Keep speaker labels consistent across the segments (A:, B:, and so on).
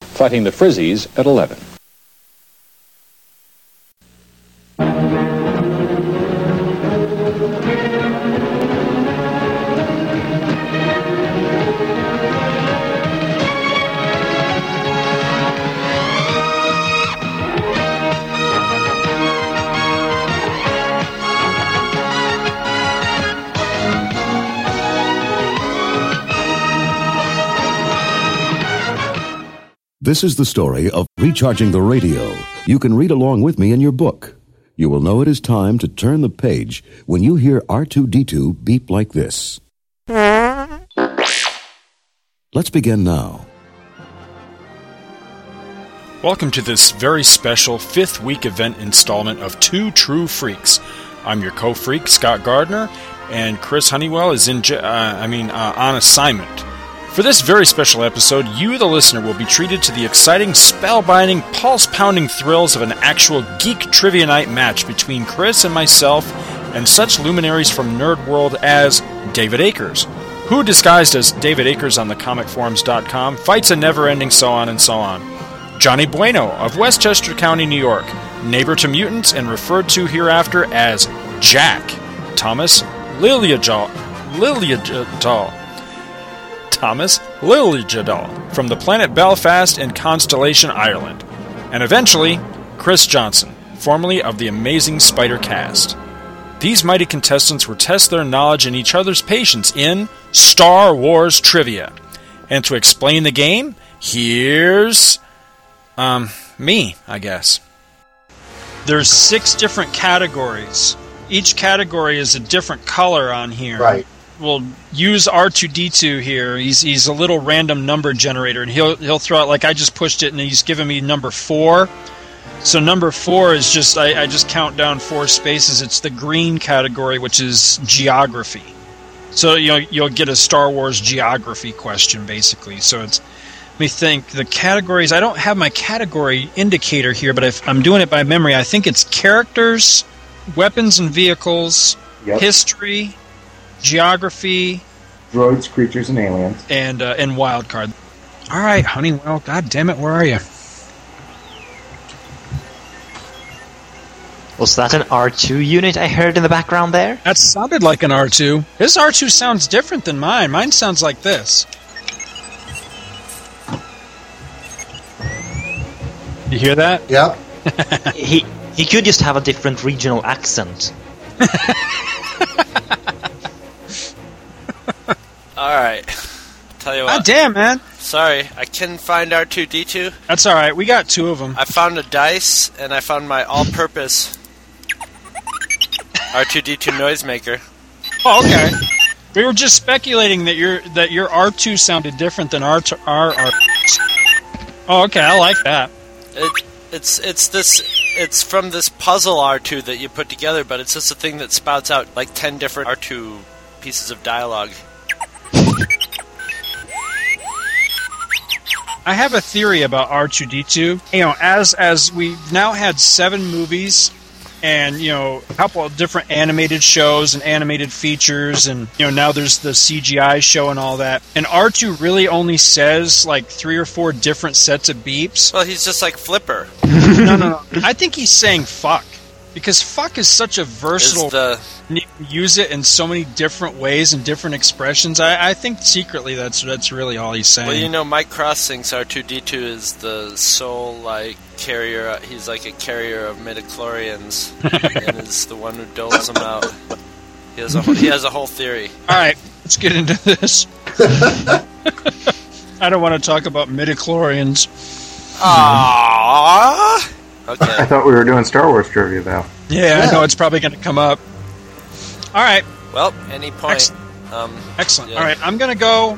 A: fighting the Frizzies at 11.
B: This is the story of recharging the radio. You can read along with me in your book. You will know it is time to turn the page when you hear R2D2 beep like this. Let's begin now.
C: Welcome to this very special fifth week event installment of Two True Freaks. I'm your co-freak Scott Gardner, and Chris Honeywell is in. j- Uh, I mean, uh, on assignment. For this very special episode, you, the listener, will be treated to the exciting, spellbinding, pulse-pounding thrills of an actual geek trivia night match between Chris and myself, and such luminaries from nerd world as David Akers, who, disguised as David Akers on thecomicforums.com, fights a never-ending so on and so on. Johnny Bueno of Westchester County, New York, neighbor to mutants and referred to hereafter as Jack Thomas Liliajal Liliajal Thomas Liliajal from the planet Belfast in constellation Ireland, and eventually Chris Johnson, formerly of the Amazing Spider Cast. These mighty contestants will test their knowledge and each other's patience in Star Wars trivia. And to explain the game, here's um, me, I guess.
D: There's six different categories. Each category is a different color on here.
E: Right.
D: We'll use R2D2 here. He's he's a little random number generator, and he'll he'll throw out like I just pushed it, and he's giving me number four. So number four is just I, I just count down four spaces. It's the green category, which is geography. So you know, you'll get a Star Wars geography question basically. So it's let me think. The categories. I don't have my category indicator here, but if I'm doing it by memory, I think it's characters, weapons and vehicles,
E: Yep.
D: history, geography,
E: Droids, creatures, and aliens.
D: and uh, and wild card. All right, Honeywell. God damn it, where are you?
F: Was that an R2 unit I heard in the background there?
D: That sounded like an R2. His R2 sounds different than mine. Mine sounds like this. You hear that?
E: Yep.
F: he he could just have a different regional accent.
G: All right. Tell you
D: God
G: what.
D: damn, man.
G: Sorry, I couldn't find R2D2.
D: That's all right. We got two of them.
G: I found a dice and I found my all-purpose R2D2 noisemaker.
D: Oh, okay. We were just speculating that your that your R2 sounded different than R2, R R. Oh, okay. I like that.
G: It, it's it's this it's from this puzzle R2 that you put together, but it's just a thing that spouts out like 10 different R2 pieces of dialogue.
D: I have a theory about R2D2. You know, as as we've now had seven movies and you know a couple of different animated shows and animated features and you know now there's the CGI show and all that. And R2 really only says like three or four different sets of beeps.
G: Well, he's just like Flipper.
D: No, no, no. I think he's saying fuck because fuck is such a
G: Is
D: versatile
G: the
D: and you can use it in so many different ways and different expressions. I, I think secretly that's that's really all he's saying.
G: well, you know, Mike Cross thinks R2D2 is the sole like carrier. He's like a carrier of midichlorians, and is the one who doles them out. He has a he has a whole theory.
D: all right, let's get into this. I don't want to talk about midichlorians.
G: Aww.
E: I
G: Okay.
E: thought we were doing Star Wars trivia, though.
D: Yeah, I know it's probably going to come up. All right,
G: Well, any point.
D: Ex-
G: Um,
D: excellent.
G: Yeah.
D: All right, I'm going to go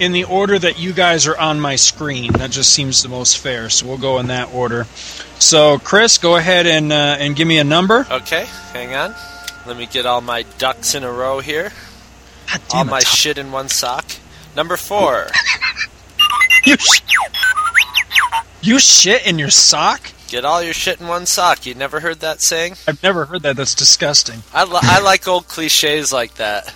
D: in the order that you guys are on my screen. That just seems the most fair, so we'll go in that order. So, Chris, go ahead and uh, and give me a number.
G: okay. Hang on. Let me get all my ducks in a row here.
D: God
G: all
D: damn
G: my
D: it, Tom.
G: shit in one sock. Number four.
D: You, sh- you shit in your sock?
G: get all your shit in one sock. You never heard that saying?
D: I've never heard that. That's disgusting.
G: I, li- I like old cliches like that.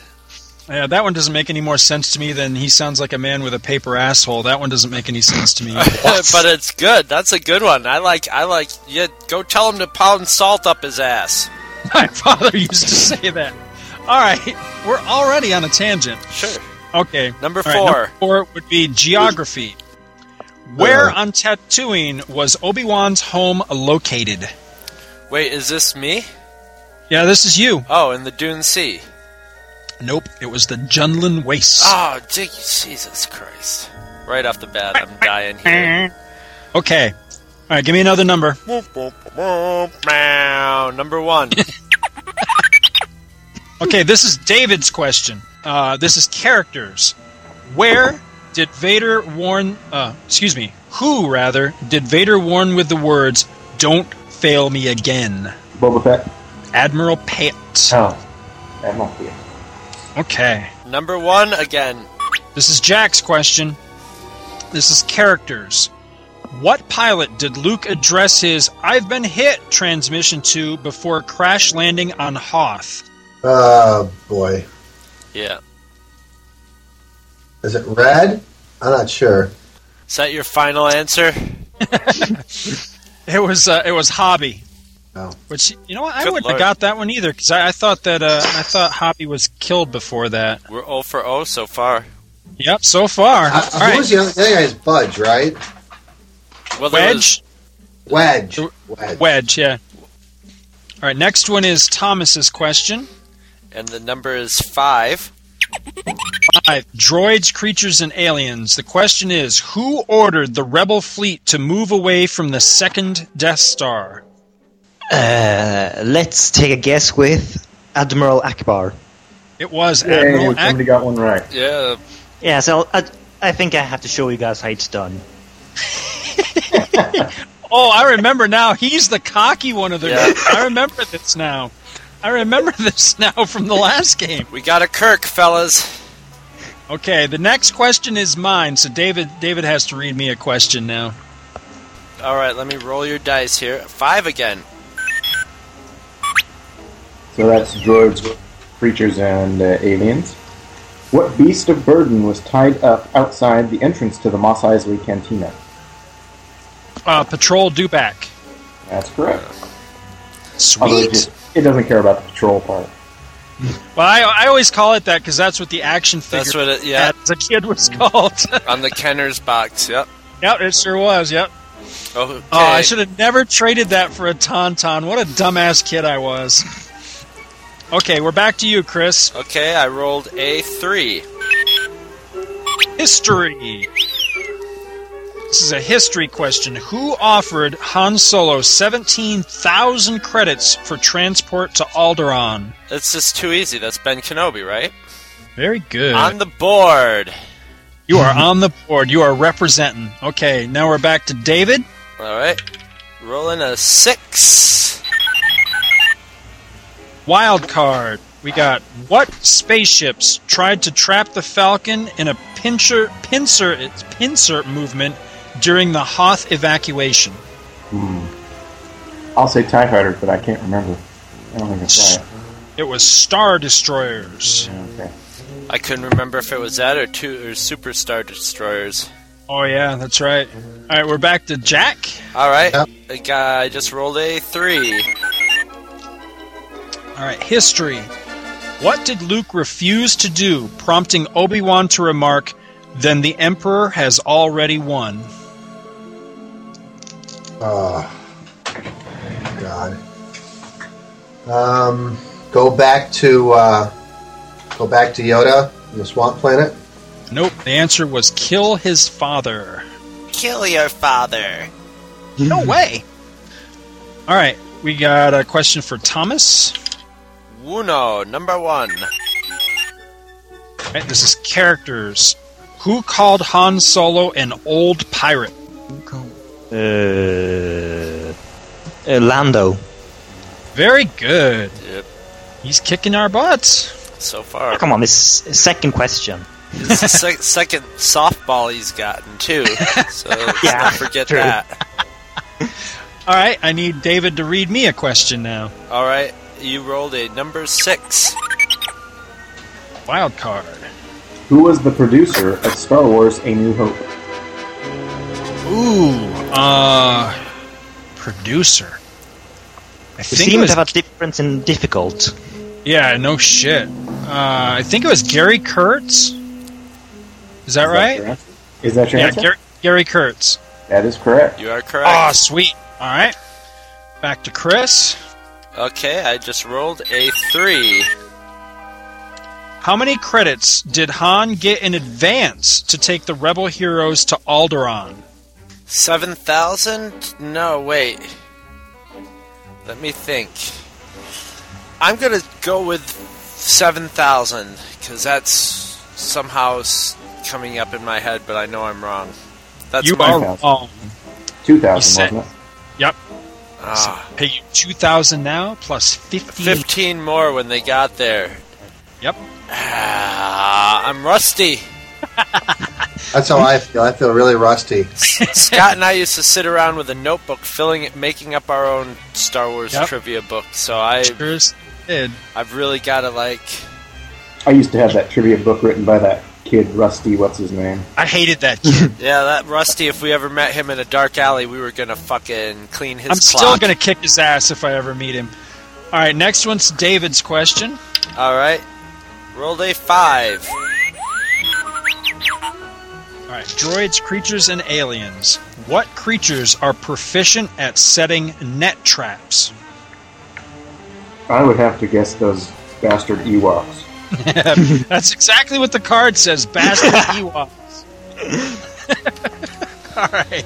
D: Yeah, that one doesn't make any more sense to me than he sounds like a man with a paper asshole. That one doesn't make any sense to me.
G: but it's good. That's a good one. I like. I like. Yeah, go tell him to pound salt up his ass.
D: My father used to say that. All right, we're already on a tangent.
G: Sure.
D: Okay.
G: Number
D: All right, number
G: four.
D: four would be geography. Where
G: Uh-huh.
D: on Tatooine was Obi Wan's home located?
G: Wait, is this me?
D: Yeah, this is you.
G: Oh, in the Dune Sea.
D: Nope, it was the Junlin Waste.
G: Oh, gee, Jesus Christ! Right off the bat, I'm dying here.
D: Okay. All right, give me another number.
G: Meow. Number one.
D: Okay, this is David's question. Uh, this is characters. Where did Vader warn? Uh, excuse me. Who rather did Vader warn with the words "Don't fail me again"?
E: Boba Fett.
D: Admiral Pate.
E: Oh, that must be it.
D: Okay.
G: Number one again.
D: This is Jack's question. This is characters. What pilot did Luke address his "I've been hit" transmission to before crash landing on Hoth?
A: Oh, boy.
G: Yeah.
A: Is it red? I'm not sure.
G: Is that your final answer?
D: It was uh, it was Hobby.
A: Oh.
D: Which you know what I
G: Good
D: wouldn't have
G: lord.
D: got that one either because I, I thought that uh, I thought Hobby was killed before that.
G: We're 0 for 0 so far.
D: Yep, so far.
A: Uh,
D: All
A: who
D: right,
A: was the other, the other guy's Budge, right?
G: Well, there was-
D: Wedge,
A: Wedge.
D: The-
A: Wedge.
D: Wedge, yeah. All right, next one is Thomas's question.
G: and the number is five.
D: Five droids, creatures, and aliens. The question is, who ordered the Rebel fleet to move away from the second Death Star?
F: Uh, let's take a guess with Admiral Akbar.
D: It was
E: Yay,
D: Admiral
E: somebody got one right.
G: Yeah.
F: Yeah, so I, I think I have to show you guys how it's done.
D: Oh, I remember now. He's the cocky one of the
G: Yeah.
D: group. I remember this now. I remember this now from the last game.
G: We got a Kirk, fellas.
D: Okay, the next question is mine. So David, David has to read me a question now.
G: All right, let me roll your dice here. Five again.
E: So that's droids, creatures, and uh, aliens. What beast of burden was tied up outside the entrance to the Mos Eisley Cantina?
D: Uh, Patrol Dubac.
E: That's correct. Although
D: Sweet.
E: it, just, it doesn't care about the patrol part.
D: Well, I, I always call it that because that's what the action figure
G: That's what it. Yeah.
D: as a kid was called.
G: On the Kenner's box. Yep.
D: yep, it sure was. Yep.
G: Okay.
D: Oh, I should have never traded that for a tauntaun. What a dumbass kid I was. Okay, we're back to you, Chris.
G: Okay, I rolled a three.
D: History. This is a history question. Who offered Han Solo 17,000 credits for transport to Alderaan?
G: It's just too easy. That's Ben Kenobi, right?
D: Very good.
G: On the board.
D: you are on the board. You are representing. Okay, now we're back to David.
G: All right. Rolling a six.
D: Wild card. We got what spaceships tried to trap the Falcon in a pincer pincer it's pincer movement during the Hoth evacuation.
E: I'll say TIE fighters, but I can't remember. I don't think it's right.
D: It was Star Destroyers.
E: Yeah, Okay.
G: I couldn't remember if it was that or two or Superstar Destroyers.
D: Oh yeah, that's right. All right, we're back to Jack.
G: All right.
A: Yep.
G: I got- I just rolled a three.
D: All right, history. What did Luke refuse to do, prompting Obi-Wan to remark, "Then the Emperor has already won."
A: Oh, God. Um, go back to uh, go back to Yoda and the Swamp Planet.
D: Nope, the answer was kill his father.
G: Kill your father.
D: No way. All right, we got a question for Thomas.
G: Uno, number one.
D: All right, this is characters. Who called Han Solo an old pirate?
F: Uh, uh, Lando.
D: Very good.
G: Yep.
D: He's kicking our butts.
G: So far,
F: Come on, this is second question.
G: it's the sec- second softball he's gotten too. So let's
F: Yeah,
G: not forget
F: true.
G: that.
D: All right, I need David to read me a question now.
G: All right, you rolled a number six.
D: Wild card.
E: Who was the producer of Star Wars A New Hope?
D: Ooh, uh, producer. I
F: We
D: think it
F: seem
D: was,
F: to have a difference in difficult.
D: yeah, no shit. Uh, I think it was Gary Kurtz. Is that
E: Is
D: right?
E: That your answer? Is that your
D: yeah,
E: answer?
D: Gary, Gary Kurtz.
E: that is correct.
G: You are correct.
D: Ah, sweet. All right. Back to Chris.
G: Okay, I just rolled a three.
D: How many credits did Han get in advance to take the rebel heroes to Alderaan?
G: Seven thousand? No, wait. Let me think. I'm gonna go with seven thousand because that's somehow s- coming up in my head, but I know I'm wrong. That's
D: you
G: my
D: are
E: 5,000.
D: wrong.
E: Two
D: You said-
E: thousand, wasn't it?
G: ah,
D: Pay you two thousand now plus fifteen.
G: fifteen more when they got there.
D: Yep.
G: Ah, I'm rusty.
A: That's how I feel. I feel really rusty.
G: Scott and I used to sit around with a notebook, filling it, making up our own Star Wars
D: Yep.
G: trivia book. So I,
D: Chris did.
G: I've really got to like.
E: I used to have that trivia book written by that kid Rusty. What's his name?
D: I hated that kid.
G: Yeah, that Rusty. If we ever met him in a dark alley, we were gonna fucking clean his.
D: I'm still
G: clock.
D: gonna kick his ass if I ever meet him. All right, next one's David's question.
G: All right, rolled a five.
D: All right, droids, creatures, and aliens. What creatures are proficient at setting net traps?
E: I would have to guess those bastard Ewoks.
D: That's exactly what the card says. Bastard Ewoks. All right.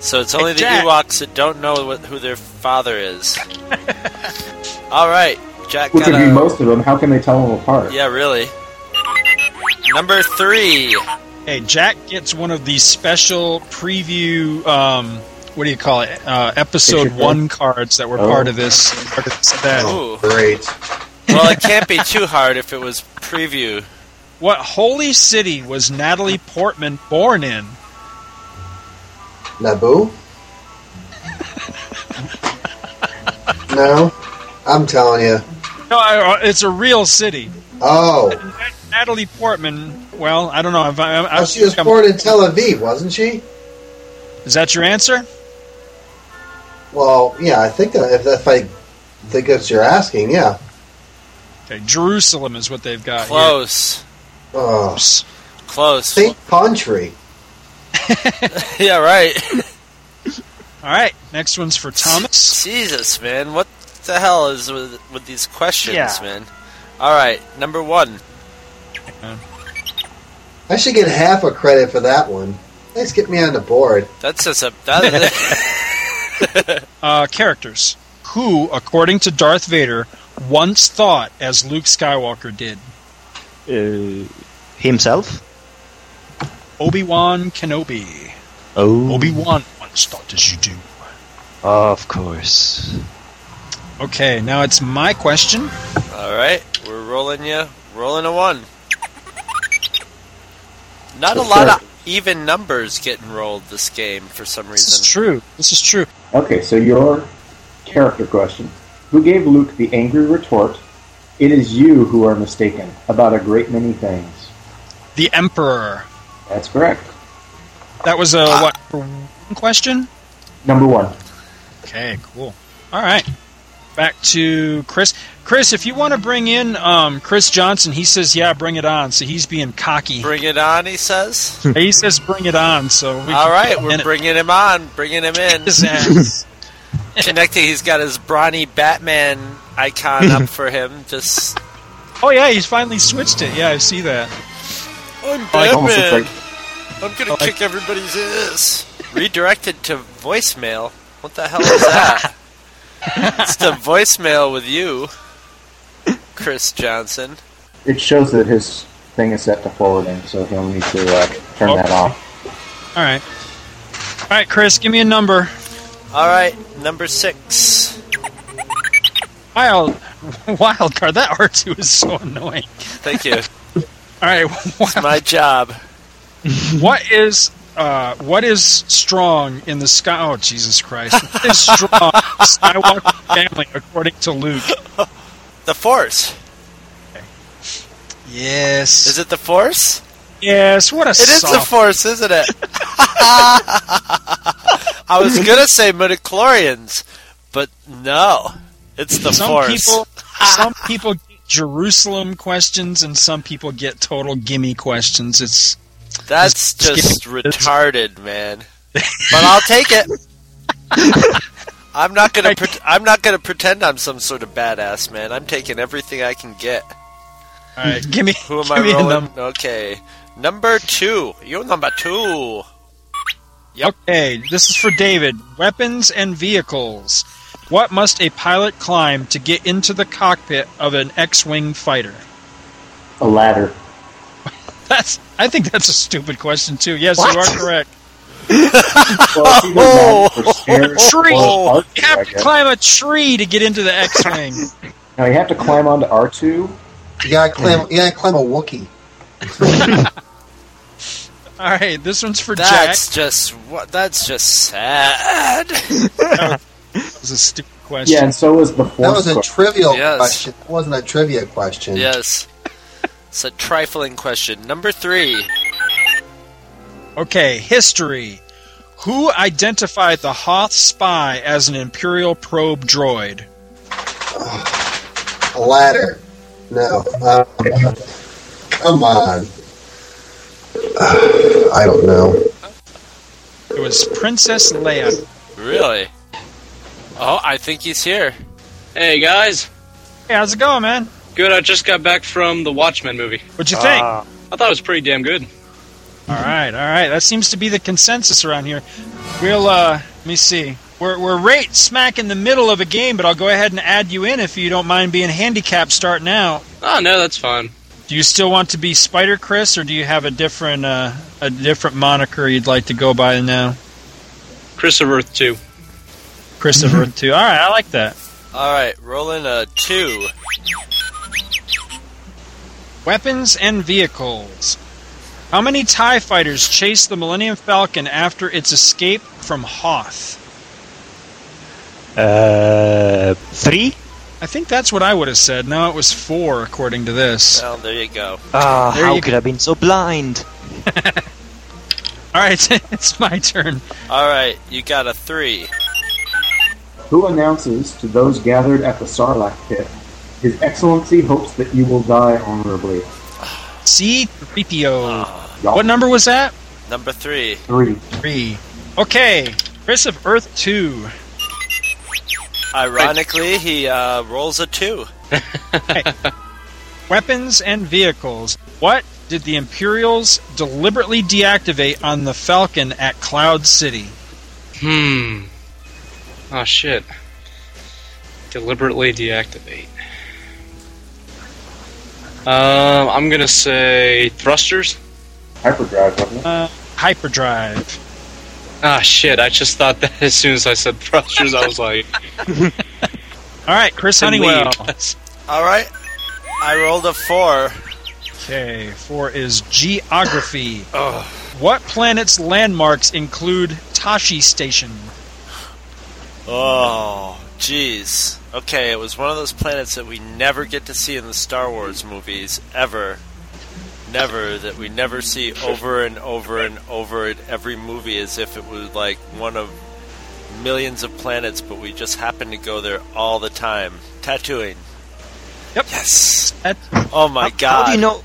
G: So it's only the
D: Jack.
G: Ewoks that don't know what, who their father is. All right, Jack
E: Which
G: got
E: would be
G: a.
E: most of them. How can they tell them apart?
G: yeah, really. Number three.
D: Hey, Jack gets one of these special preview. Um, what do you call it? Uh, episode
E: Picture card?
D: one cards that were
E: Oh.
D: part of this. Part of this event.
G: Ooh.
A: Great.
G: Well, it can't be too hard if it was preview.
D: What holy city was Natalie Portman born in?
A: Naboo? no? I'm telling you.
D: No, I, uh, it's a real city.
A: Oh.
D: Nat- Natalie Portman. Well, I don't know. If I, I, I
A: Oh, she was
D: I'm-
A: born in Tel Aviv, wasn't she?
D: Is that your answer?
A: Well, yeah, I think that if, if I think that's you're asking, yeah.
D: Okay, Jerusalem is what they've got. here.
G: Close.
A: Oh,
G: Close.
A: think country.
G: Yeah, right.
D: All right, next one's for Thomas.
G: Jesus, man, what the hell is with with these questions,
D: Yeah.
G: man? All right, number one.
A: I should get half a credit for that one. Let's get me on the board.
G: That's just a that,
D: Uh, characters who, according to Darth Vader, once thought as Luke Skywalker did.
F: Uh, himself?
D: Obi Wan Kenobi.
F: Oh,
D: Obi Wan once thought as you do.
F: of course.
D: Okay, now it's my question.
G: All right, we're rolling you, rolling a one. Not a lot of even numbers getting rolled this game for some
D: This is
G: reason.
D: true. This is true.
E: Okay, so your character question. Who gave Luke the angry retort? It is you who are mistaken about a great many things.
D: The Emperor.
E: That's correct.
D: That was a
G: Ah.
D: what question?
E: Number one.
D: Okay, cool. All right. Back to Chris. Chris, if you want to bring in um, Chris Johnson, he says, "Yeah, bring it on." So he's being cocky.
G: Bring it on, he says.
D: he says, "Bring it on." So we
G: All right, we're
D: bringing
G: bringing him on, bringing him in.
D: his ass.
G: Connecting, he's got his brawny Batman icon up for him. Just
D: oh yeah, he's finally switched it. Yeah, I see that.
G: I'm
E: Almost looks
G: Batman.
E: like
G: I'm gonna kick everybody's ass. Redirected to voicemail. What the hell is that? it's the voicemail with you, Chris Johnson.
E: it shows that his thing is set to forwarding, so he'll need to uh, turn that off.
D: All right. All right, Chris, give me a number.
G: All right, number six.
D: Wild, wild card. That R two is so annoying.
G: Thank you.
D: All right,
G: It's my job.
D: what is uh, what is strong in the sky? Oh Jesus Christ! What is strong in the Skywalker family according to Luke?
G: The Force.
D: Yes.
G: Is it the Force?
D: yes. What a
G: It is the Force, isn't it? I was gonna say midichlorians, but no, it's the
D: some
G: Force.
D: people, some people get Jerusalem questions, and some people get total gimme questions. It's
G: That's
D: Just
G: just
D: kidding. It's-
G: retarded, man. But I'll take it. I'm not gonna. Pre- I'm not gonna pretend I'm some sort of badass, man. I'm taking everything I can get.
D: all right. Gimme.
G: Who am
D: gimme
G: I
D: a
G: rolling?
D: number.
G: Okay, number two. You're number two. Yep.
D: Okay, this is for David. Weapons and vehicles. What must a pilot climb to get into the cockpit of an X-wing fighter?
E: A ladder.
D: That's. I think that's a stupid question too. Yes, you
F: What?
D: are correct.
E: Well, it's either ladder or stairs
D: Tree.
E: or arch,
D: You have
E: I
D: to
E: guess.
D: climb a tree to get into the X-wing.
E: Now you have to climb onto R2.
A: You gotta climb. You gotta climb a Wookiee.
D: all right, this one's for
G: That's just what. That's just sad.
D: Jack. That was a stupid question.
E: Yeah, and so was the
A: That
E: force.
A: was a
E: card.
A: trivial
G: Yes.
A: question. That wasn't a trivia question.
G: yes. It's a trifling question. Number three.
D: Okay, history. Who identified the Hoth spy as an Imperial probe droid?
A: A ladder. No. Um, come on. I don't know.
D: It was Princess Leia.
G: Really? Oh, I think he's here.
H: Hey guys,
D: Hey, how's it going, man?
H: good. I just got back from the Watchmen movie.
D: What'd you think?
H: I thought it was pretty damn good.
D: All right, all right. That seems to be the consensus around here. We'll uh, let me see. We're we're right smack in the middle of a game, but I'll go ahead and add you in if you don't mind being handicapped starting out.
H: Oh no, that's fine.
D: Do you still want to be Spider Chris, or do you have a different uh, a different moniker you'd like to go by now?
H: Chris of Earth Two.
D: Chris of Earth Two. All right, I like that.
G: All right, rolling a two.
D: Weapons and vehicles. How many TIE fighters chased the Millennium Falcon after its escape from Hoth?
F: Uh, three?
D: I think that's what I would have said. No, it was four, according to this.
G: Well, there you go.
F: Ah,
D: There
F: how
D: you
F: could I have been so blind?
D: All right, it's my turn.
G: All right, you got a three.
E: Who announces to those gathered at the Sarlacc pit, His Excellency hopes that you will die honorably.
D: C3PO.
E: Y'all
D: What number was that?
G: Number three.
E: three.
D: Three. Okay, Chris of Earth 2.
G: Ironically, he uh, rolls a two.
D: Weapons and vehicles. What did the Imperials deliberately deactivate on the Falcon at Cloud City?
H: Hmm. Oh shit. Deliberately deactivate. Um, I'm gonna say thrusters.
E: Hyperdrive, wasn't it?
D: Uh, hyperdrive.
H: Ah shit! I just thought that as soon as I said thrusters, I was like,
D: All right, Chris Honeywell.
G: All right, I rolled a four.
D: Okay, four is geography.
G: Ugh.
D: What planet's landmarks include Tashi Station?
G: Oh, jeez. Okay, it was one of those planets that we never get to see in the Star Wars movies ever. Never that we never see over and over and over in every movie as if it was like one of millions of planets, but we just happen to go there all the time. Tattooing.
D: Yep.
G: Yes.
D: That-
G: Oh my
F: How
G: god.
F: do you know?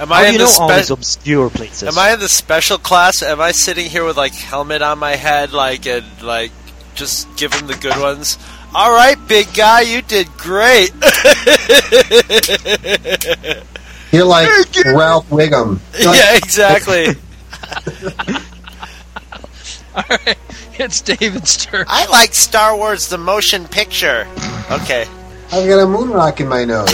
G: Am
F: How
G: I
F: do Oh,
G: in
F: you
G: the
F: know all
G: spe-
F: these obscure places?
G: Am I in the special class? Am I sitting here with like helmet on my head, like and like just give him the good ones? All right, big guy, you did great.
A: You're like Ralph Wiggum. You're like,
G: yeah, exactly.
D: It's David's turn.
G: I like Star Wars: The Motion Picture. Okay,
A: I've got a moon rock in my nose.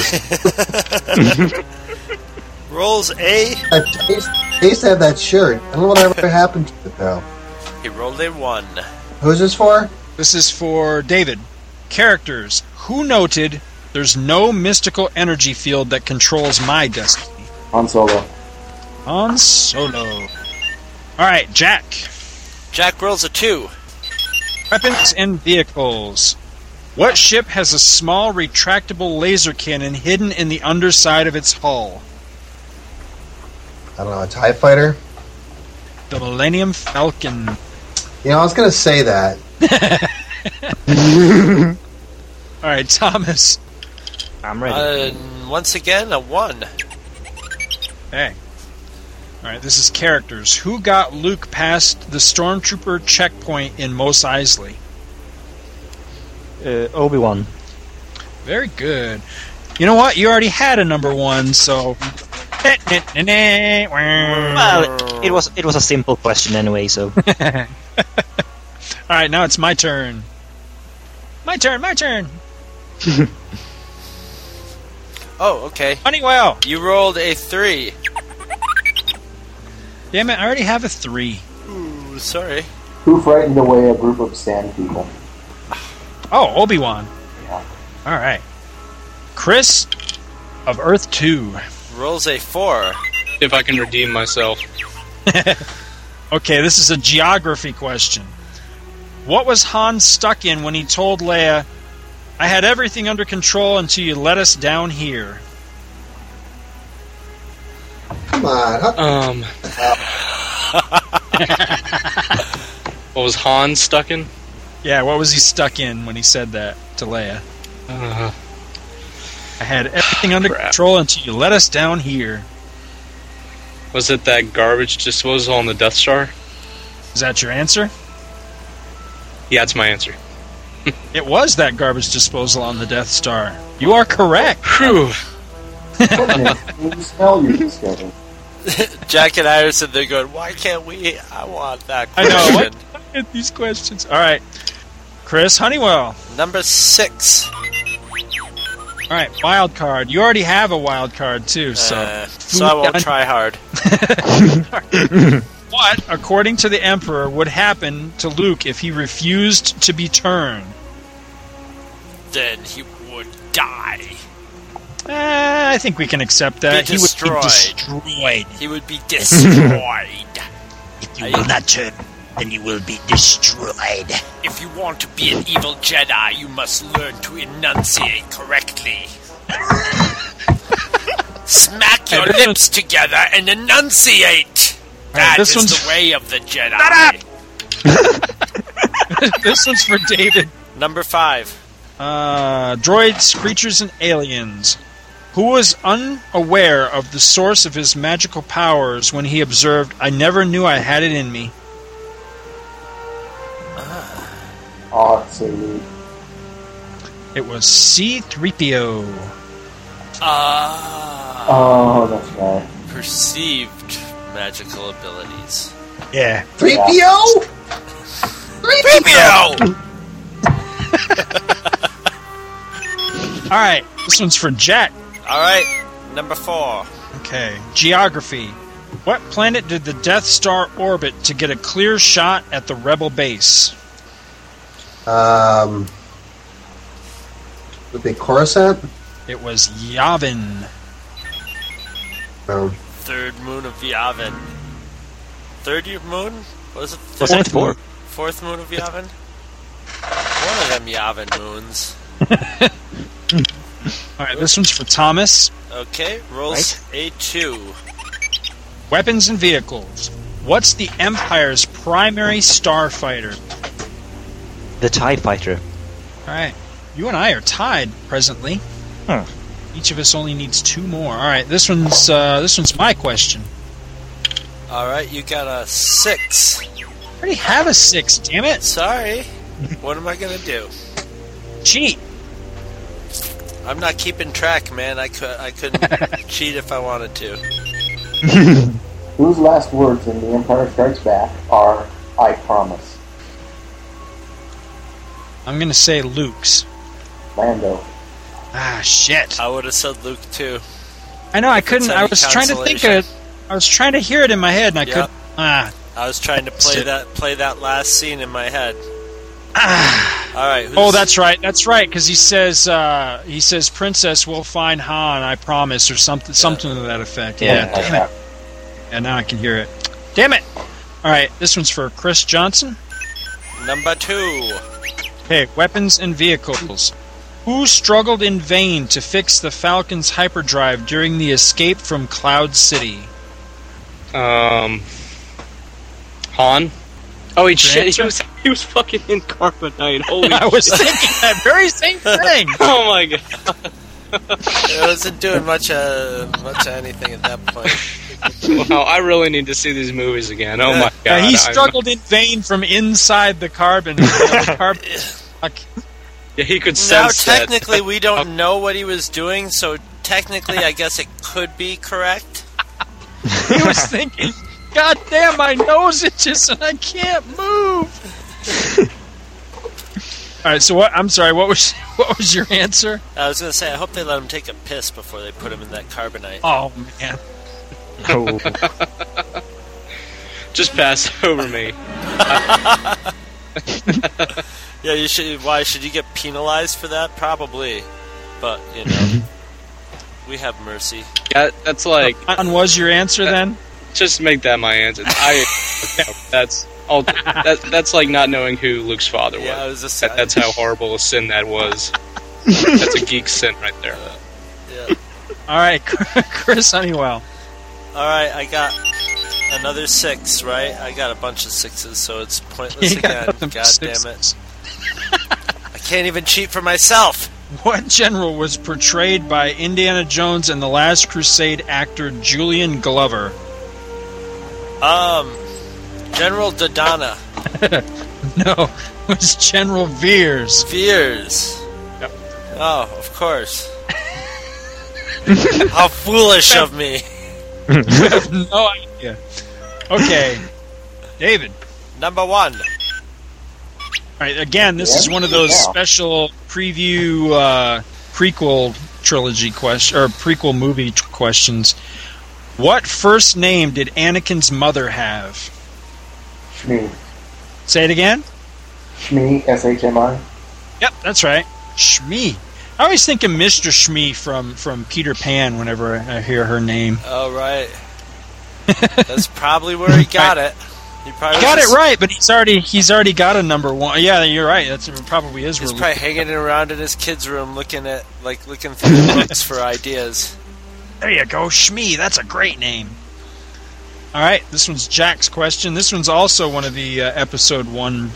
G: rolls a.
A: I used- I used to have that shirt. I don't know whatever happened to it though.
G: He rolled a one.
A: Who's this for?
D: This is for David. Characters. Who noted there's no mystical energy field that controls my destiny?
E: Han Solo.
D: On solo. All right, Jack.
G: Jack rolls a two.
D: Weapons and vehicles. What ship has a small retractable laser cannon hidden in the underside of its hull?
A: I don't know, a TIE fighter?
D: The Millennium Falcon.
A: You know, I was going to say that.
D: All right, Thomas.
F: I'm ready.
G: Uh, once again, a one.
D: Hey. All right, this is characters. Who got Luke past the stormtrooper checkpoint in Mos Eisley?
F: Uh, Obi Wan.
D: Very good. You know what? You already had a number one, so. All
F: Well, it was it was a simple question anyway, so
D: right, now it's my turn. My turn. My turn.
G: Oh, okay.
D: Honeywell.
G: You rolled a three.
D: Damn it! I already have a three.
G: Ooh, sorry.
E: Who frightened away a group of sand people?
D: Oh, Obi Wan.
E: Yeah.
D: All right. Chris of Earth 2.
G: Rolls a four.
H: If I can redeem myself.
D: Okay, this is a geography question. What was Han stuck in when he told Leia, I had everything under control until you let us down here?
A: Come on. How,
H: Um. what was Han stuck in?
D: Yeah, what was he stuck in when he said that to Leia?
H: Uh,
D: I had everything under
H: Crap.
D: control until you let us down here.
H: was it that garbage disposal on the Death Star?
D: Is that your answer?
H: Yeah, that's my answer.
D: It was that garbage disposal on the Death Star. You are correct.
H: Phew.
E: What an interesting smell you discovered.
G: Jack and I are sitting there going, "Why can't we? I want that."
D: I know,
G: Question.
D: These questions. All right. Chris Honeywell.
G: Number six.
D: All right, wild card. You already have a wild card too, so.
G: Uh, so I won't try hard.
D: What, according to the Emperor, would happen to Luke if he refused to be turned?
G: Then he would die.
D: Uh, I think we can accept that.
G: Be
D: he would be destroyed.
G: destroyed. He would be destroyed.
I: If you
G: I-
I: will not turn, then you will be destroyed.
G: if you want to be an evil Jedi, you must learn to enunciate correctly. Smack your lips together and enunciate. That
D: this
G: is
D: one's-
G: the way of the Jedi.
D: this one's for David.
G: Number five.
D: Uh, droids, creatures, and aliens. Who was unaware of the source of his magical powers when he observed, I never knew I had it in me?
E: Oh, it's so neat.
D: It was C3PO.
G: Ah.
E: Oh, that's right.
G: Perceived magical abilities.
D: Yeah.
A: 3PO?
G: Baby!
D: All right, this one's for Jack.
G: Alright, number four.
D: Okay. Geography. What planet did the Death Star orbit to get a clear shot at the Rebel base?
A: Um, would be Coruscant?
D: It was Yavin.
A: No.
G: Third moon of Yavin. Third year moon? What is it?
F: was it for?
G: Fourth moon of Yavin? One of them Yavin moons.
D: All right, this one's for Thomas.
G: Okay, rolls a two.
D: Weapons and vehicles. What's the Empire's primary starfighter?
F: the Tie Fighter.
D: All right. You and I are tied presently.
F: Huh.
D: Each of us only needs two more. All right, this one's uh, this one's my question.
G: Alright, you got a six.
D: I already have a six. Damn it!
G: Sorry. What am I gonna do?
D: Cheat.
G: I'm not keeping track, man. I could I couldn't cheat if I wanted to.
E: Whose last words in The Empire Strikes Back are, I promise?
D: I'm gonna say Luke's.
E: Lando.
D: Ah shit.
G: I would have said Luke too.
D: I know I couldn't.
G: any
D: I was trying to think
G: consolation.
D: of. I was trying to hear it in my head, and I
G: Yeah.
D: couldn't. Ah,
G: I was trying to play
D: Shit.
G: that play that last scene in my head. All right. Who's,
D: oh, that's right. That's right. Because he says, uh, he says, "Princess, we'll find Han. I promise," or something, something to that effect. Yeah.
F: Yeah.
D: Damn it. Yeah, now I can hear it. Damn it. All right, this one's for Chris Johnson.
G: number two.
D: Okay, weapons and vehicles. Who struggled in vain to fix the Falcon's hyperdrive during the escape from Cloud City?
H: Um, Han. Oh, he, shit, he
D: Ransom?
H: was he was fucking in Carbonite. Holy!
D: I was
H: shit.
D: thinking that very same thing.
H: Oh my god.
G: I wasn't doing much uh, much of anything at that point.
H: Wow, I really need to see these movies again. Oh my god.
D: Yeah, he
H: I'm-
D: struggled in vain from inside the carbon. the carbon block.
H: Yeah, he could
G: Now,
H: sense that.
G: technically, we don't know what he was doing, so technically, I guess it could be correct.
D: he was thinking, "God damn, my nose itches and I can't move." All right, so what? I'm sorry. What was what was your answer?
G: I was going to say, I hope they let him take a piss before they put him in that carbonite.
D: Oh man,
H: Just pass over me.
G: Yeah, you should. Why should you get penalized for that? Probably, but you know, we have mercy.
H: Yeah, that's like
D: John was your answer
G: Uh,
D: then?
H: just make that my answer. I that's all. That, that's like not knowing who Luke's father was.
G: Yeah, I was just
H: That- that's how horrible a sin that was. that's a geek sin right there.
G: Yeah.
D: All right, Chris Honeywell.
G: All right, I got another six. Right, I got a bunch of sixes, so it's pointless
D: You got
G: again.
D: them
G: God damn it!
D: sixes.
G: I can't even cheat for myself.
D: What general was portrayed by Indiana Jones and the Last Crusade actor Julian Glover?
G: Um, General Dodonna,
D: No, it was General Veers.
G: Fears. Oh, of course. how foolish of me.
D: No idea. Okay, David.
G: Number one.
D: All right, again, this is one of those
E: Yeah.
D: special preview uh, prequel trilogy question or prequel movie t- questions. What first name did Anakin's mother have?
E: Shmi.
D: Say it again.
E: Shmi, S H M I.
D: Yep, that's right. Shmi. I always think of Mr. Shmi from from Peter Pan whenever I I hear her name.
G: All right. That's probably where he got it. He probably
D: Got
G: was
D: it right, but he's already he's already got a number one. Yeah, you're right. That's it probably is.
G: He's
D: where-
G: probably hanging around in his kid's room, looking at like looking through the books for ideas.
D: There you go, Shmi. That's a great name. All right, this one's Jack's question. This one's also one of the uh, episode one.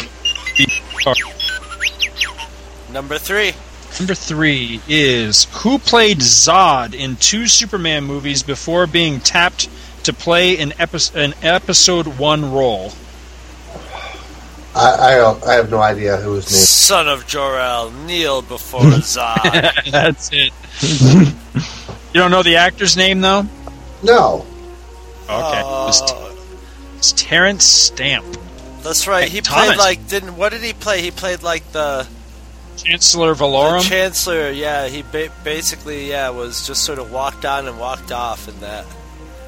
G: Number three.
D: Number three is who played Zod in two Superman movies before being tapped to play an, epi- an episode one role.
A: I, I don't. I have no idea who his name.
G: Son of Jor-El, kneel before Zod.
D: That's it. you don't know the actor's name though. Okay,
A: No.
D: it's, it's Terrence Stamp,
G: Oh, That's right.
D: Hey,
G: He
D: Thomas.
G: played like didn't. What did he play? He played like the,
D: Chancellor
G: the
D: Valorum.
G: Chancellor. Yeah. He ba- basically yeah was just sort of walked on and walked off in that.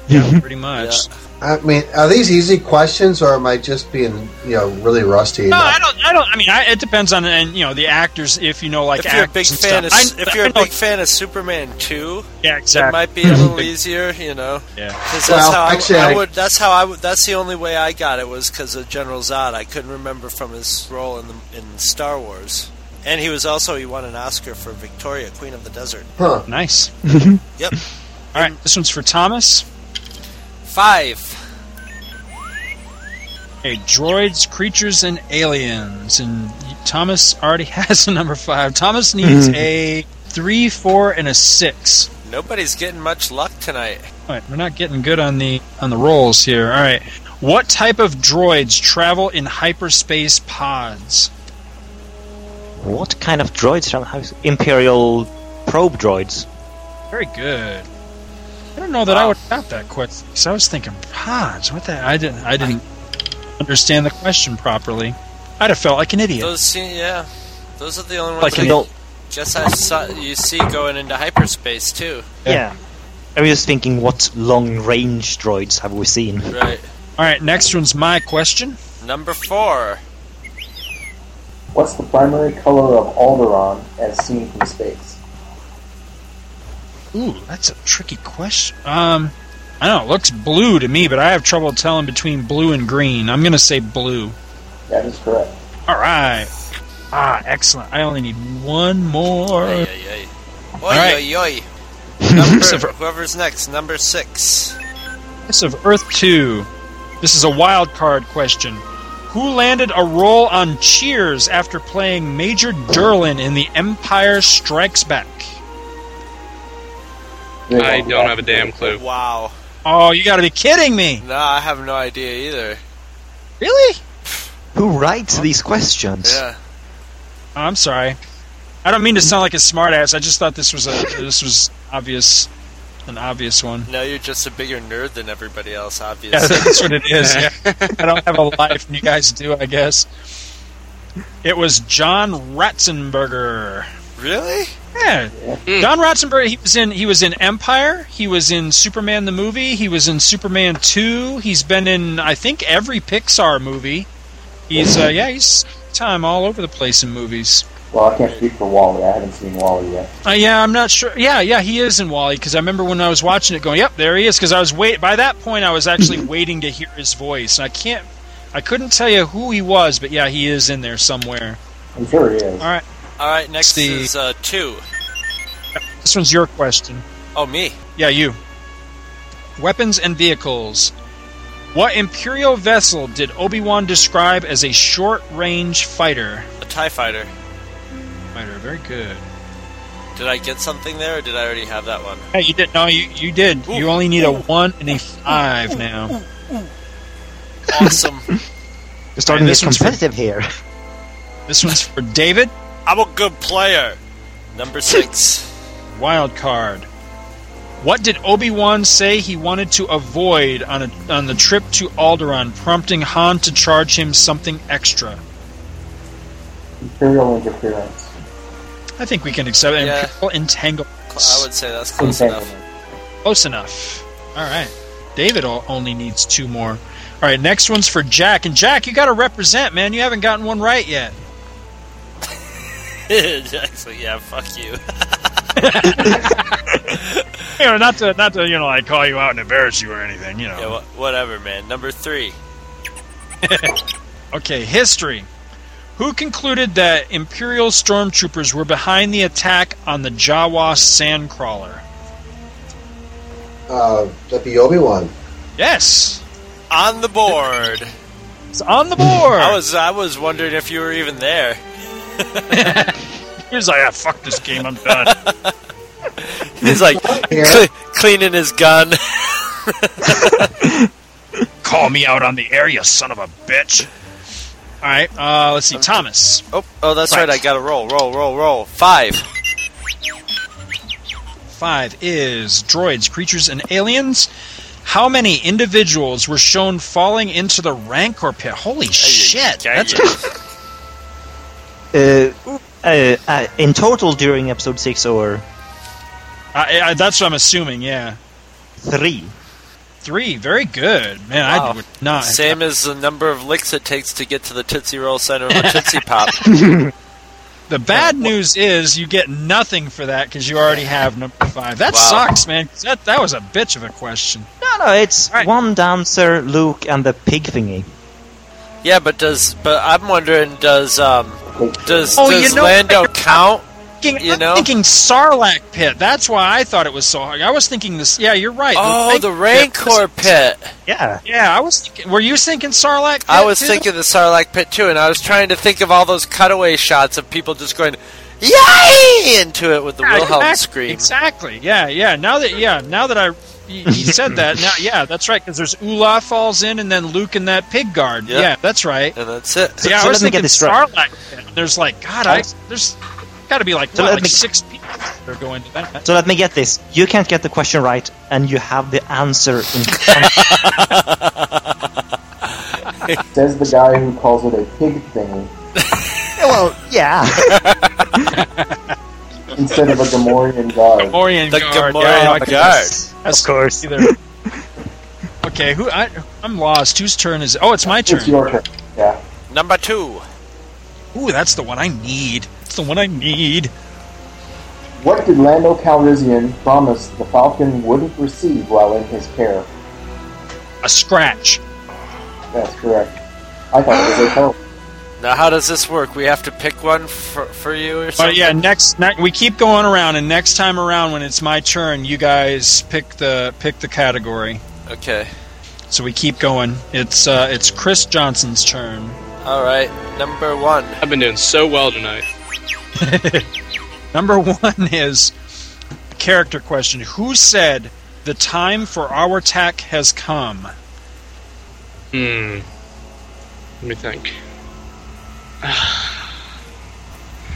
D: yeah, pretty much.
A: I mean, are these easy questions, or am I just being, you know, really rusty? and
D: No,
A: not-
D: I don't. I don't. I mean, I, it depends on and you know the actors. If you know, like
G: If you're a
D: actors
G: big
D: and
G: fan of,
D: stuff. I-
G: if you're
D: I
G: a
D: know-
G: big fan of Superman two,
D: yeah,
G: it
D: exactly.
G: might be a little easier, you know.
D: Yeah.
G: 'Cause
A: Well,
G: that's how I-
A: actually,
G: I,
A: I-
G: would. That's how I would. That's the only way I got it was because of General Zod. I couldn't remember from his role in the, in Star Wars, and he was also he won an Oscar for Victoria, Queen of the Desert.
A: Huh.
D: Nice.
G: Yep.
D: All right, this one's for Thomas.
G: Five.
D: Okay, droids, creatures, and aliens, and Thomas already has a number five. Thomas needs a three, four, and a six.
G: Nobody's getting much luck tonight.
D: All right, we're not getting good on the on the rolls here. All right, what type of droids travel in hyperspace pods?
F: What kind of droids from house? Imperial probe droids.
D: Very good. I don't know that I would have got that quick. So I was thinking pods. What the? I didn't. I didn't understand the question properly. I'd have felt like an idiot.
G: Those, se- yeah, those are the only ones.
F: Like
G: I
F: you know,
G: guess I saw, you see going into hyperspace too,
D: Yeah.
F: yeah. I was just thinking, what long-range droids have we seen?
G: right?
D: All right, next one's my question.
G: Number four.
E: What's the primary color of Alderaan as seen from space?
D: Ooh, that's a tricky question. Um, I don't know. It looks blue to me, but I have trouble telling between blue and green. I'm going to say blue.
E: That is correct.
D: All right. Ah, excellent. I only need one
G: Ay,
D: more.
G: ay, ay. Oi,
D: right.
G: oi, oi. Number,
D: So for-
G: whoever's next, number six.
D: Miss of Earth 2. This is a wild card question. Who landed a role on Cheers after playing Major Derlin in The Empire Strikes Back?
H: I don't have a damn clue.
G: Wow.
D: Oh, you gotta be kidding me!
G: No, I have no idea either.
D: Really?
F: Who writes these questions?
G: Yeah.
D: Oh, I'm sorry. I don't mean to sound like a smartass. I just thought this was a this was obvious, an obvious one.
G: No, you're just a bigger nerd than everybody else,
D: Yeah,
G: obviously.
D: that's what it is. yeah. I don't have a life, and you guys do, I guess. It was John Ratzenberger.
G: really?
D: Yeah, John Ratzenberger. He was in. He was in Empire. He was in Superman the movie. He was in Superman Two. He's been in, I think, every Pixar movie. He's uh, yeah, he's time all over the place in movies.
E: Well, I can't speak for Wally. I haven't seen Wally yet.
D: Uh, yeah, I'm not sure. Yeah, yeah, he is in Wally because I remember when I was watching it, going, "Yep, there he is." Because I was wait by that point, I was actually waiting to hear his voice, and I can't, I couldn't tell you who he was, but yeah, he is in there somewhere.
E: I'm sure he is.
D: All right,
G: All right, next
D: The-
G: is uh, two.
D: this one's your question.
G: Oh, me.
D: Yeah, you. Weapons and vehicles. What Imperial vessel did Obi Wan describe as a short-range fighter?
G: A TIE fighter.
D: Fighter, very good.
G: Did I get something there, or did I already have that one?
D: Hey, you did. No, you you did. You only need a one and a five now.
G: Awesome.
F: You're starting
D: Alright,
F: to
D: this
F: get
D: one's for-
F: competitive here.
D: This one's for David.
G: I'm a good player. Number six.
D: Wild card. What did Obi Wan say he wanted to avoid on a, on the trip to Alderaan, prompting Han to charge him something extra?
E: Imperial interference.
D: I think we can accept it.
G: Yeah.
D: Imperial Entangle.
G: I would say that's close enough.
E: Entanglement.
D: Close enough. All right. David o- only needs two more. All right, next one's for Jack. And Jack, you got to represent, man. You haven't gotten one right yet.
G: Actually, yeah, fuck you.
D: You know, not to not to you know like call you out and embarrass you or anything. You know.
G: Yeah, wh- whatever, man. Number three.
D: Okay, history. Who concluded that Imperial stormtroopers were behind the attack on the Jawa sandcrawler?
A: Uh, that'd be Obi Wan.
D: Yes,
G: On the board.
D: it's on the board.
G: I was I was wondering if you were even there.
D: he was like, ah, "Fuck this game, I'm done."
G: He's like
A: Yeah.
G: cle- cleaning his gun.
D: call me out on the air, you son of a bitch. All right, uh, let's see, Thomas.
G: Oh, oh, that's right. I got to roll, roll, roll, roll. Five.
D: Five is droids, creatures, and aliens. How many individuals were shown falling into the Rancor pit? Holy shit!
G: yeah,
D: That's
G: yeah.
F: Uh, uh, uh, in total, during episode six or
D: I, I, that's what I'm assuming. Yeah,
F: three,
D: three. Very good, man. I
G: Wow.
D: would not. have
G: Same as the number of licks it takes to get to the Tootsie Roll Center of a Tootsie Pop.
D: The bad news is you get nothing for that because you already have number five. That
G: Wow.
D: sucks, man. 'cause That that was a bitch of a question.
F: No, no, it's
D: Right.
F: one dancer, Luke, and the pig thingy.
G: Yeah, but does but I'm wondering does um does,
D: Oh, you
G: does
D: know-
G: Lando count?
D: Thinking,
G: You
D: I'm
G: know?
D: thinking Sarlacc pit. That's why I thought it was so hard. I was thinking this. Yeah, you're right.
G: Oh, the
D: Rank
G: Rancor pit.
F: Yeah.
D: Yeah, I was. Thinking, were you thinking Sarlacc? Pit
G: I was
D: too?
G: thinking the Sarlacc pit too, and I was trying to think of all those cutaway shots of people just going yay into it with the
D: Yeah,
G: Wilhelm
D: exact-
G: scream.
D: Exactly. Yeah, yeah. Now that yeah, now that I he, he said that. Now yeah, that's right. Because there's Ula falls in and then Luke and that pig guard.
G: Yep.
D: Yeah, that's right.
G: And that's it.
D: yeah,
F: so
D: I was thinking
F: let me get this right.
D: Sarlacc. pit. There's like God, I there's got to be like,
F: So
D: what,
F: let
D: like
F: me-
D: six people that are going to that.
F: So let me get this. You can't get the question right, and you have the answer in front.
E: Says the guy who calls it a pig thingy
F: well, yeah.
E: instead of a Gamorrean guard.
D: Gamorrean
G: The
D: guard.
G: Gamorrean
D: yeah, I
G: guard.
D: don't
F: of course.
D: either. Okay, who I I'm lost. Whose turn is? it? Oh, it's my turn.
E: It's your turn. Yeah.
G: Number two.
D: Ooh, that's the one I need. It's the one I need.
E: What did Lando Calrissian promise the Falcon wouldn't receive while in his care?
D: A scratch.
E: That's correct. I thought it was a phone.
G: Now, how does this work? We have to pick one for, for you or something.
D: But Uh, yeah, next, ne- we keep going around, and next time around when it's my turn, you guys pick the pick the category.
G: Okay.
D: So we keep going. It's uh, it's Chris Johnson's turn.
G: All right. Number one.
H: I've been doing so well tonight.
D: Number one is a character question. Who said the time for our attack has come?
H: Hmm. Let me think.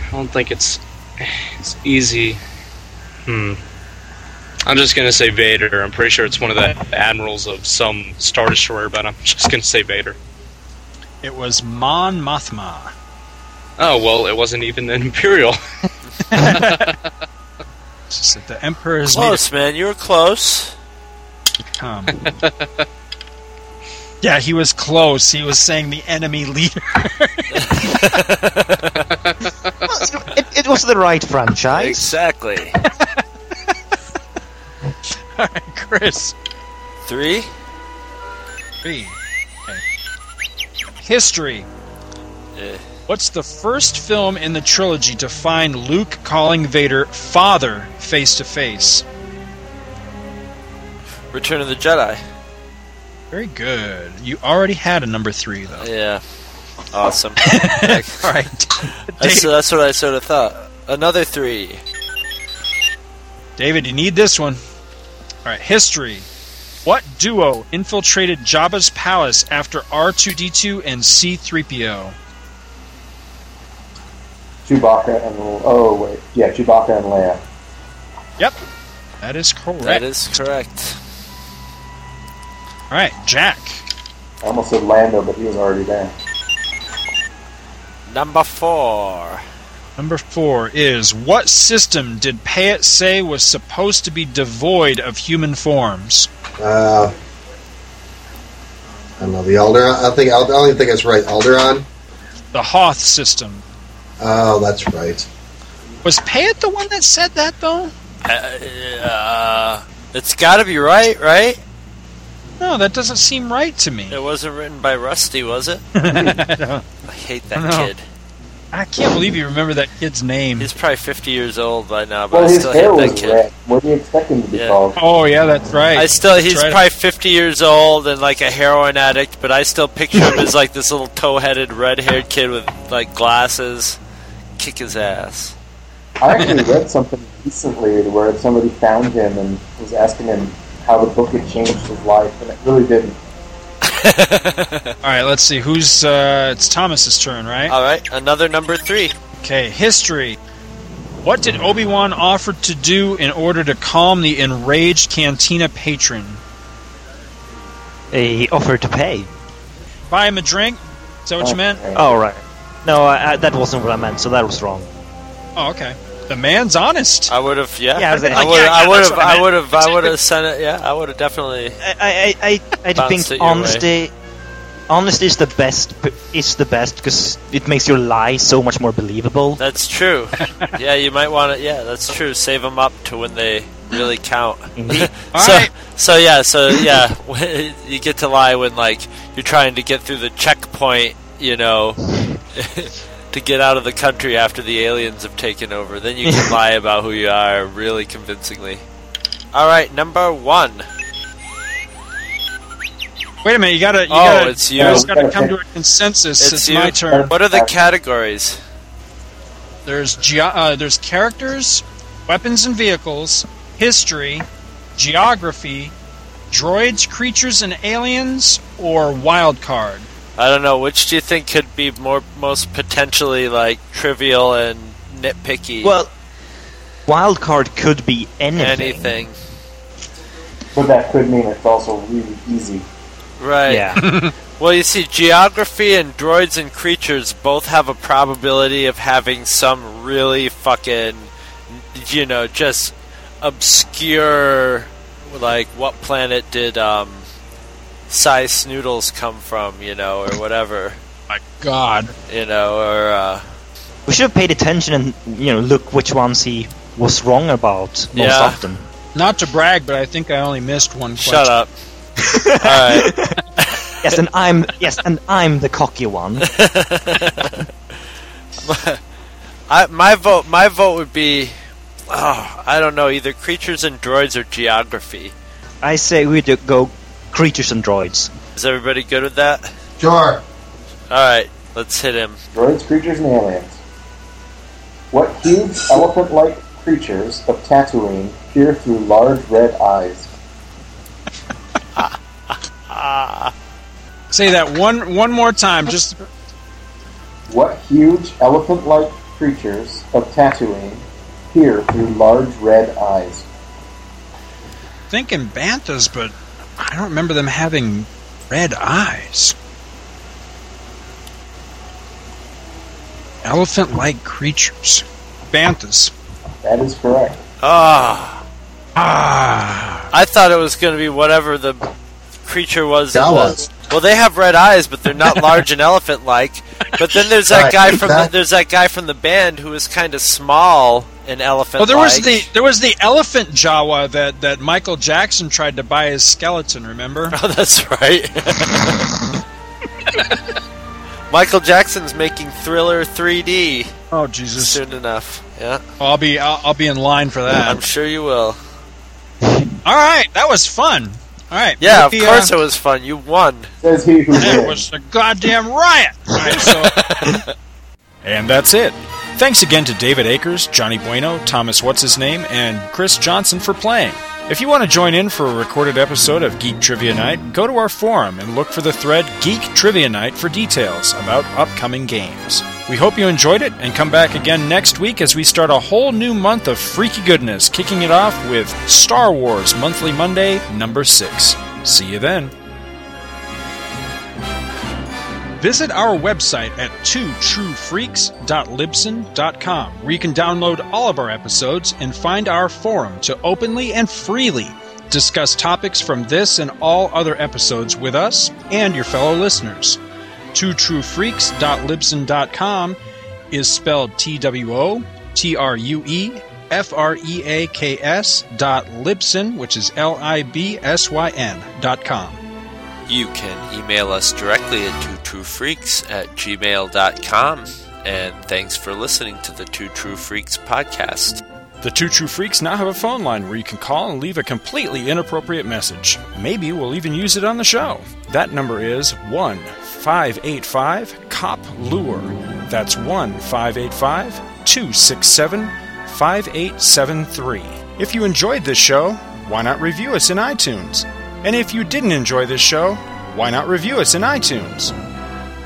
H: I don't think it's it's easy. Hmm. I'm just gonna say Vader. I'm pretty sure it's one of the admirals of some star destroyer, but I'm just gonna say Vader.
D: It was Mon Mothma.
H: Oh well, it wasn't even the Imperial.
D: She said, The Emperor has made
G: Close, man. You were close.
D: it come. yeah, he was close. He was saying the enemy leader.
F: It, it was the right franchise.
G: Exactly.
D: Chris.
G: Three.
D: B. Okay. History.
G: Eh.
D: What's the first film in the trilogy to find Luke calling Vader father face to face?
G: Return of the Jedi.
D: Very good. You already had a number three, though.
G: Yeah. Awesome.
D: All right.
G: That's, that's what I sort of thought. Another three.
D: David, you need this one. All right, history. What duo infiltrated Jabba's palace after R2D2 and C3PO?
E: Chewbacca and oh wait, yeah, Chewbacca and Leia.
D: Yep. That is correct.
G: That is correct.
D: All right, Jack.
E: I almost said Lando, but he was already there.
G: Number four.
D: Number four is What system did Payet say was supposed to be devoid of human forms?
A: Uh, I don't know the Alderon. I think I don't even think it's right. Alderon.
D: The Hoth system.
A: Oh, that's right.
D: Was Payet the one that said that, though?
G: Uh, uh, it's got to be right, right?
D: No, that doesn't seem right to me.
G: It wasn't written by Rusty, was it?
D: I don't-
G: I hate
D: I
G: that
D: don't know.
G: kid.
D: I can't believe you remember that kid's name.
G: He's probably 50 years old by now, but
E: Well,
G: I
E: his
G: still
E: hair
G: hate
E: was
G: that kid.
E: red. What do you expect him to be
G: Yeah.
E: called?
D: Oh, yeah, that's right.
G: I still,
D: That's
G: he's
D: right.
G: probably 50 years old and like a heroin addict, but I still picture him as like this little tow headed, red haired kid with like glasses. Kick his ass.
E: I actually read something recently where somebody found him and was asking him how the book had changed his life, and it really didn't.
D: All right, let's see. Who's. Uh, it's Thomas's turn, right?
G: Alright, another number three.
D: Okay, history. What did Obi Wan offer to do in order to calm the enraged cantina patron?
F: He offered to pay.
D: Buy him a drink? Is that what you meant?
E: Okay.
F: Oh right. No, I, I, that wasn't what I meant. So that was wrong.
D: Oh, okay. The man's honest.
G: I would have, yeah.
F: Yeah, I was like,
G: I
F: yeah,
G: would
F: yeah,
G: I would
F: that's
G: have,
F: what I
G: I
F: meant.
G: would have, I would have sent it, yeah, I would have definitely.
F: I I, I, I
G: Bounced
F: think
G: it your way.
F: honesty honesty is the best. p- Is the best because it makes your lie so much more believable.
G: That's true. yeah, you might want to, yeah, that's true. Save them up to when they really count.
F: Indeed.
G: so,
D: Alright.
G: so yeah, so yeah, you get to lie when like you're trying to get through the checkpoint, you know, to get out of the country after the aliens have taken over. Then you can lie about who you are really convincingly. All right, number one.
D: Wait a minite you gotta. You
G: Oh,
D: gotta,
G: it's
D: You guys
E: you.
D: gotta come to a consensus. It's,
G: It's you.
D: my turn.
G: What are the categories?
D: There's ge- uh, there's characters, weapons and vehicles, history, geography, droids, creatures, and aliens, or wild card.
G: I don't know. Which do you think could be more most potentially like trivial and nitpicky?
F: Well, wild card could be anything.
G: anything.
E: But that could mean it's also really easy.
G: Right.
F: Yeah.
G: Well, you see, geography and droids and creatures both have a probability of having some really fucking, you know, just obscure, like what planet did um, Size Snoodles come from, you know, or whatever,
D: My God.
G: you know, or uh,
F: we should have paid attention and you know look which ones he was wrong about most
G: Yeah.
F: often.
D: Not to brag, but I think I only missed one. Question.
G: shut up. All right.
F: Yes, and I'm yes, and I'm the cocky one.
G: I, my vote, my vote would be, oh, I don't know, either creatures and droids or geography.
F: I say we do go creatures and droids.
G: Is everybody good with that?
A: Sure.
G: Alright, let's hit him.
E: Droids, creatures, and aliens. What huge elephant like creatures of Tatooine peer through large red eyes?
J: Say that one one more time. Just
E: What huge elephant like creatures of Tatooine peer through large red eyes?
J: thinking banthas, but I don't remember them having red eyes. Elephant-like creatures, banthas.
E: That is correct.
G: Ah,
J: Ah,
G: I thought it was going to be whatever the creature was. in
A: Jawas.
G: the- Well, they have red eyes, but they're not large and elephant-like. But then there's that
A: Right,
G: guy from the,
A: exactly.
G: there's that guy from the band who is kind of small and elephant.
J: well, there was the there was the elephant Jawa that that Michael Jackson tried to buy his skeleton. Remember?
G: Oh, that's right. Michael Jackson's making Thriller 3D
J: Oh Jesus!
G: soon enough. Yeah,
J: I'll be I'll, I'll be in line for that.
G: I'm sure you will.
J: All right, that was fun. All right.
G: Yeah, of
J: maybe, uh,
G: course it was fun. You won.
E: Says he who
J: It
E: lives.
J: was a goddamn riot. All right, so
D: And that's it. Thanks again to David Akers, Johnny Bueno, Thomas What's His Name, and Chris Johnson for playing. If you want to join in for a recorded episode of Geek Trivia Night, go to our forum and look for the thread Geek Trivia Night for details about upcoming games. We hope you enjoyed it and come back again next week as we start a whole new month of freaky goodness, kicking it off with Star Wars Monthly Monday number 6. See you then.
J: Visit our website at twotruefreaks.libsen.com, where you can download all of our episodes and find our forum to openly and freely discuss topics from this and all other episodes with us and your fellow listeners. twotruefreaks.libsen.com is spelled T W O T R U E F R E A K S dot Libsyn, which is L I B S Y N dot com.
G: You can email us directly at twotruefreaks at gmail.com. And thanks for listening to the Two True Freaks podcast.
D: The Two True Freaks now have a phone line where you can call and leave a completely inappropriate message. Maybe we'll even use it on the show. That number is 1 585 COP LURE. That's 1 585 267 5873. If you enjoyed this show, why not review us in iTunes? And if you didn't enjoy this show, why not review us in iTunes?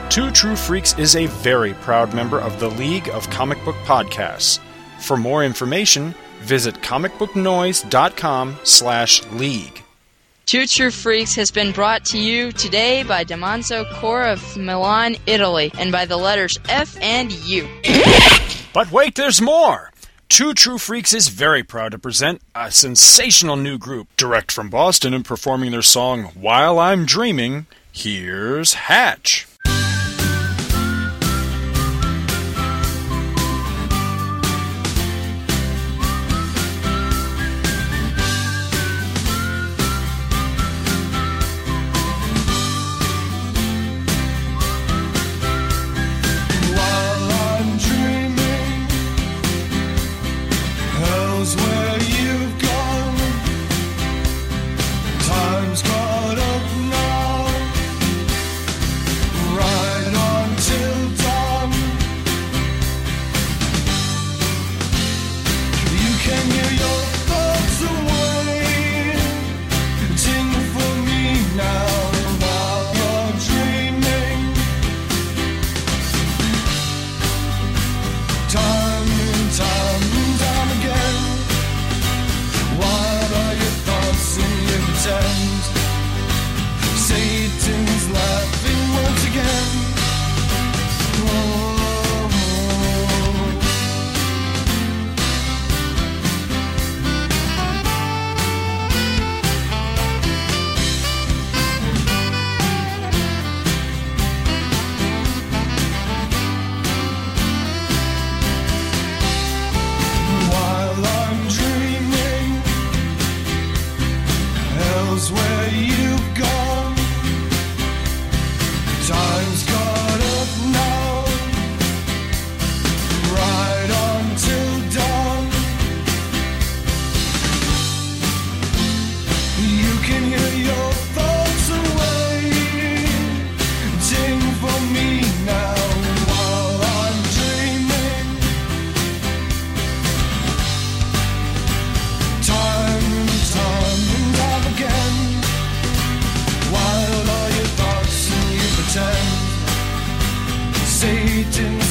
D: Two True Freaks is a very proud member of the League of Comic Book Podcasts. For more information, visit comicbooknoise.com slash league.
H: Two True Freaks has been brought to you today by Demonzo Core of Milan, Italy, and by the letters F and U.
D: But wait, there's more! Two True Freaks is very proud to present a sensational new group direct from Boston and performing their song While I'm Dreaming. Here's Hatch.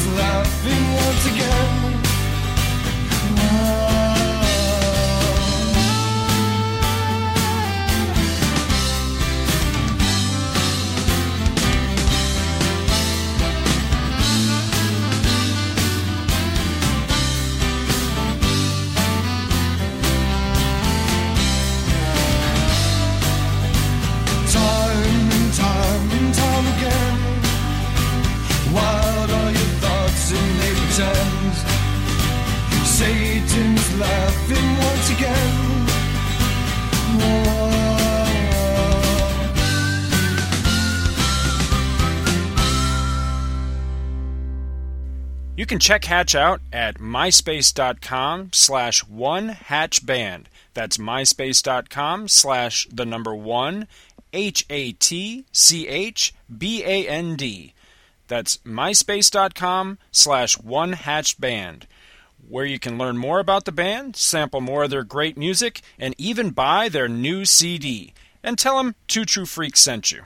K: once again. Time and time and time again. Wild are your thoughts and they pretend. Satan's laughing once again. Whoa.
D: You can check Hatch out at myspace.com slash one hatch band. That's myspace.com slash the number one H A T C H B A N D. That's myspace.com slash one hatch band, where you can learn more about the band, sample more of their great music, and even buy their new CD. And tell them Two True Freaks sent you.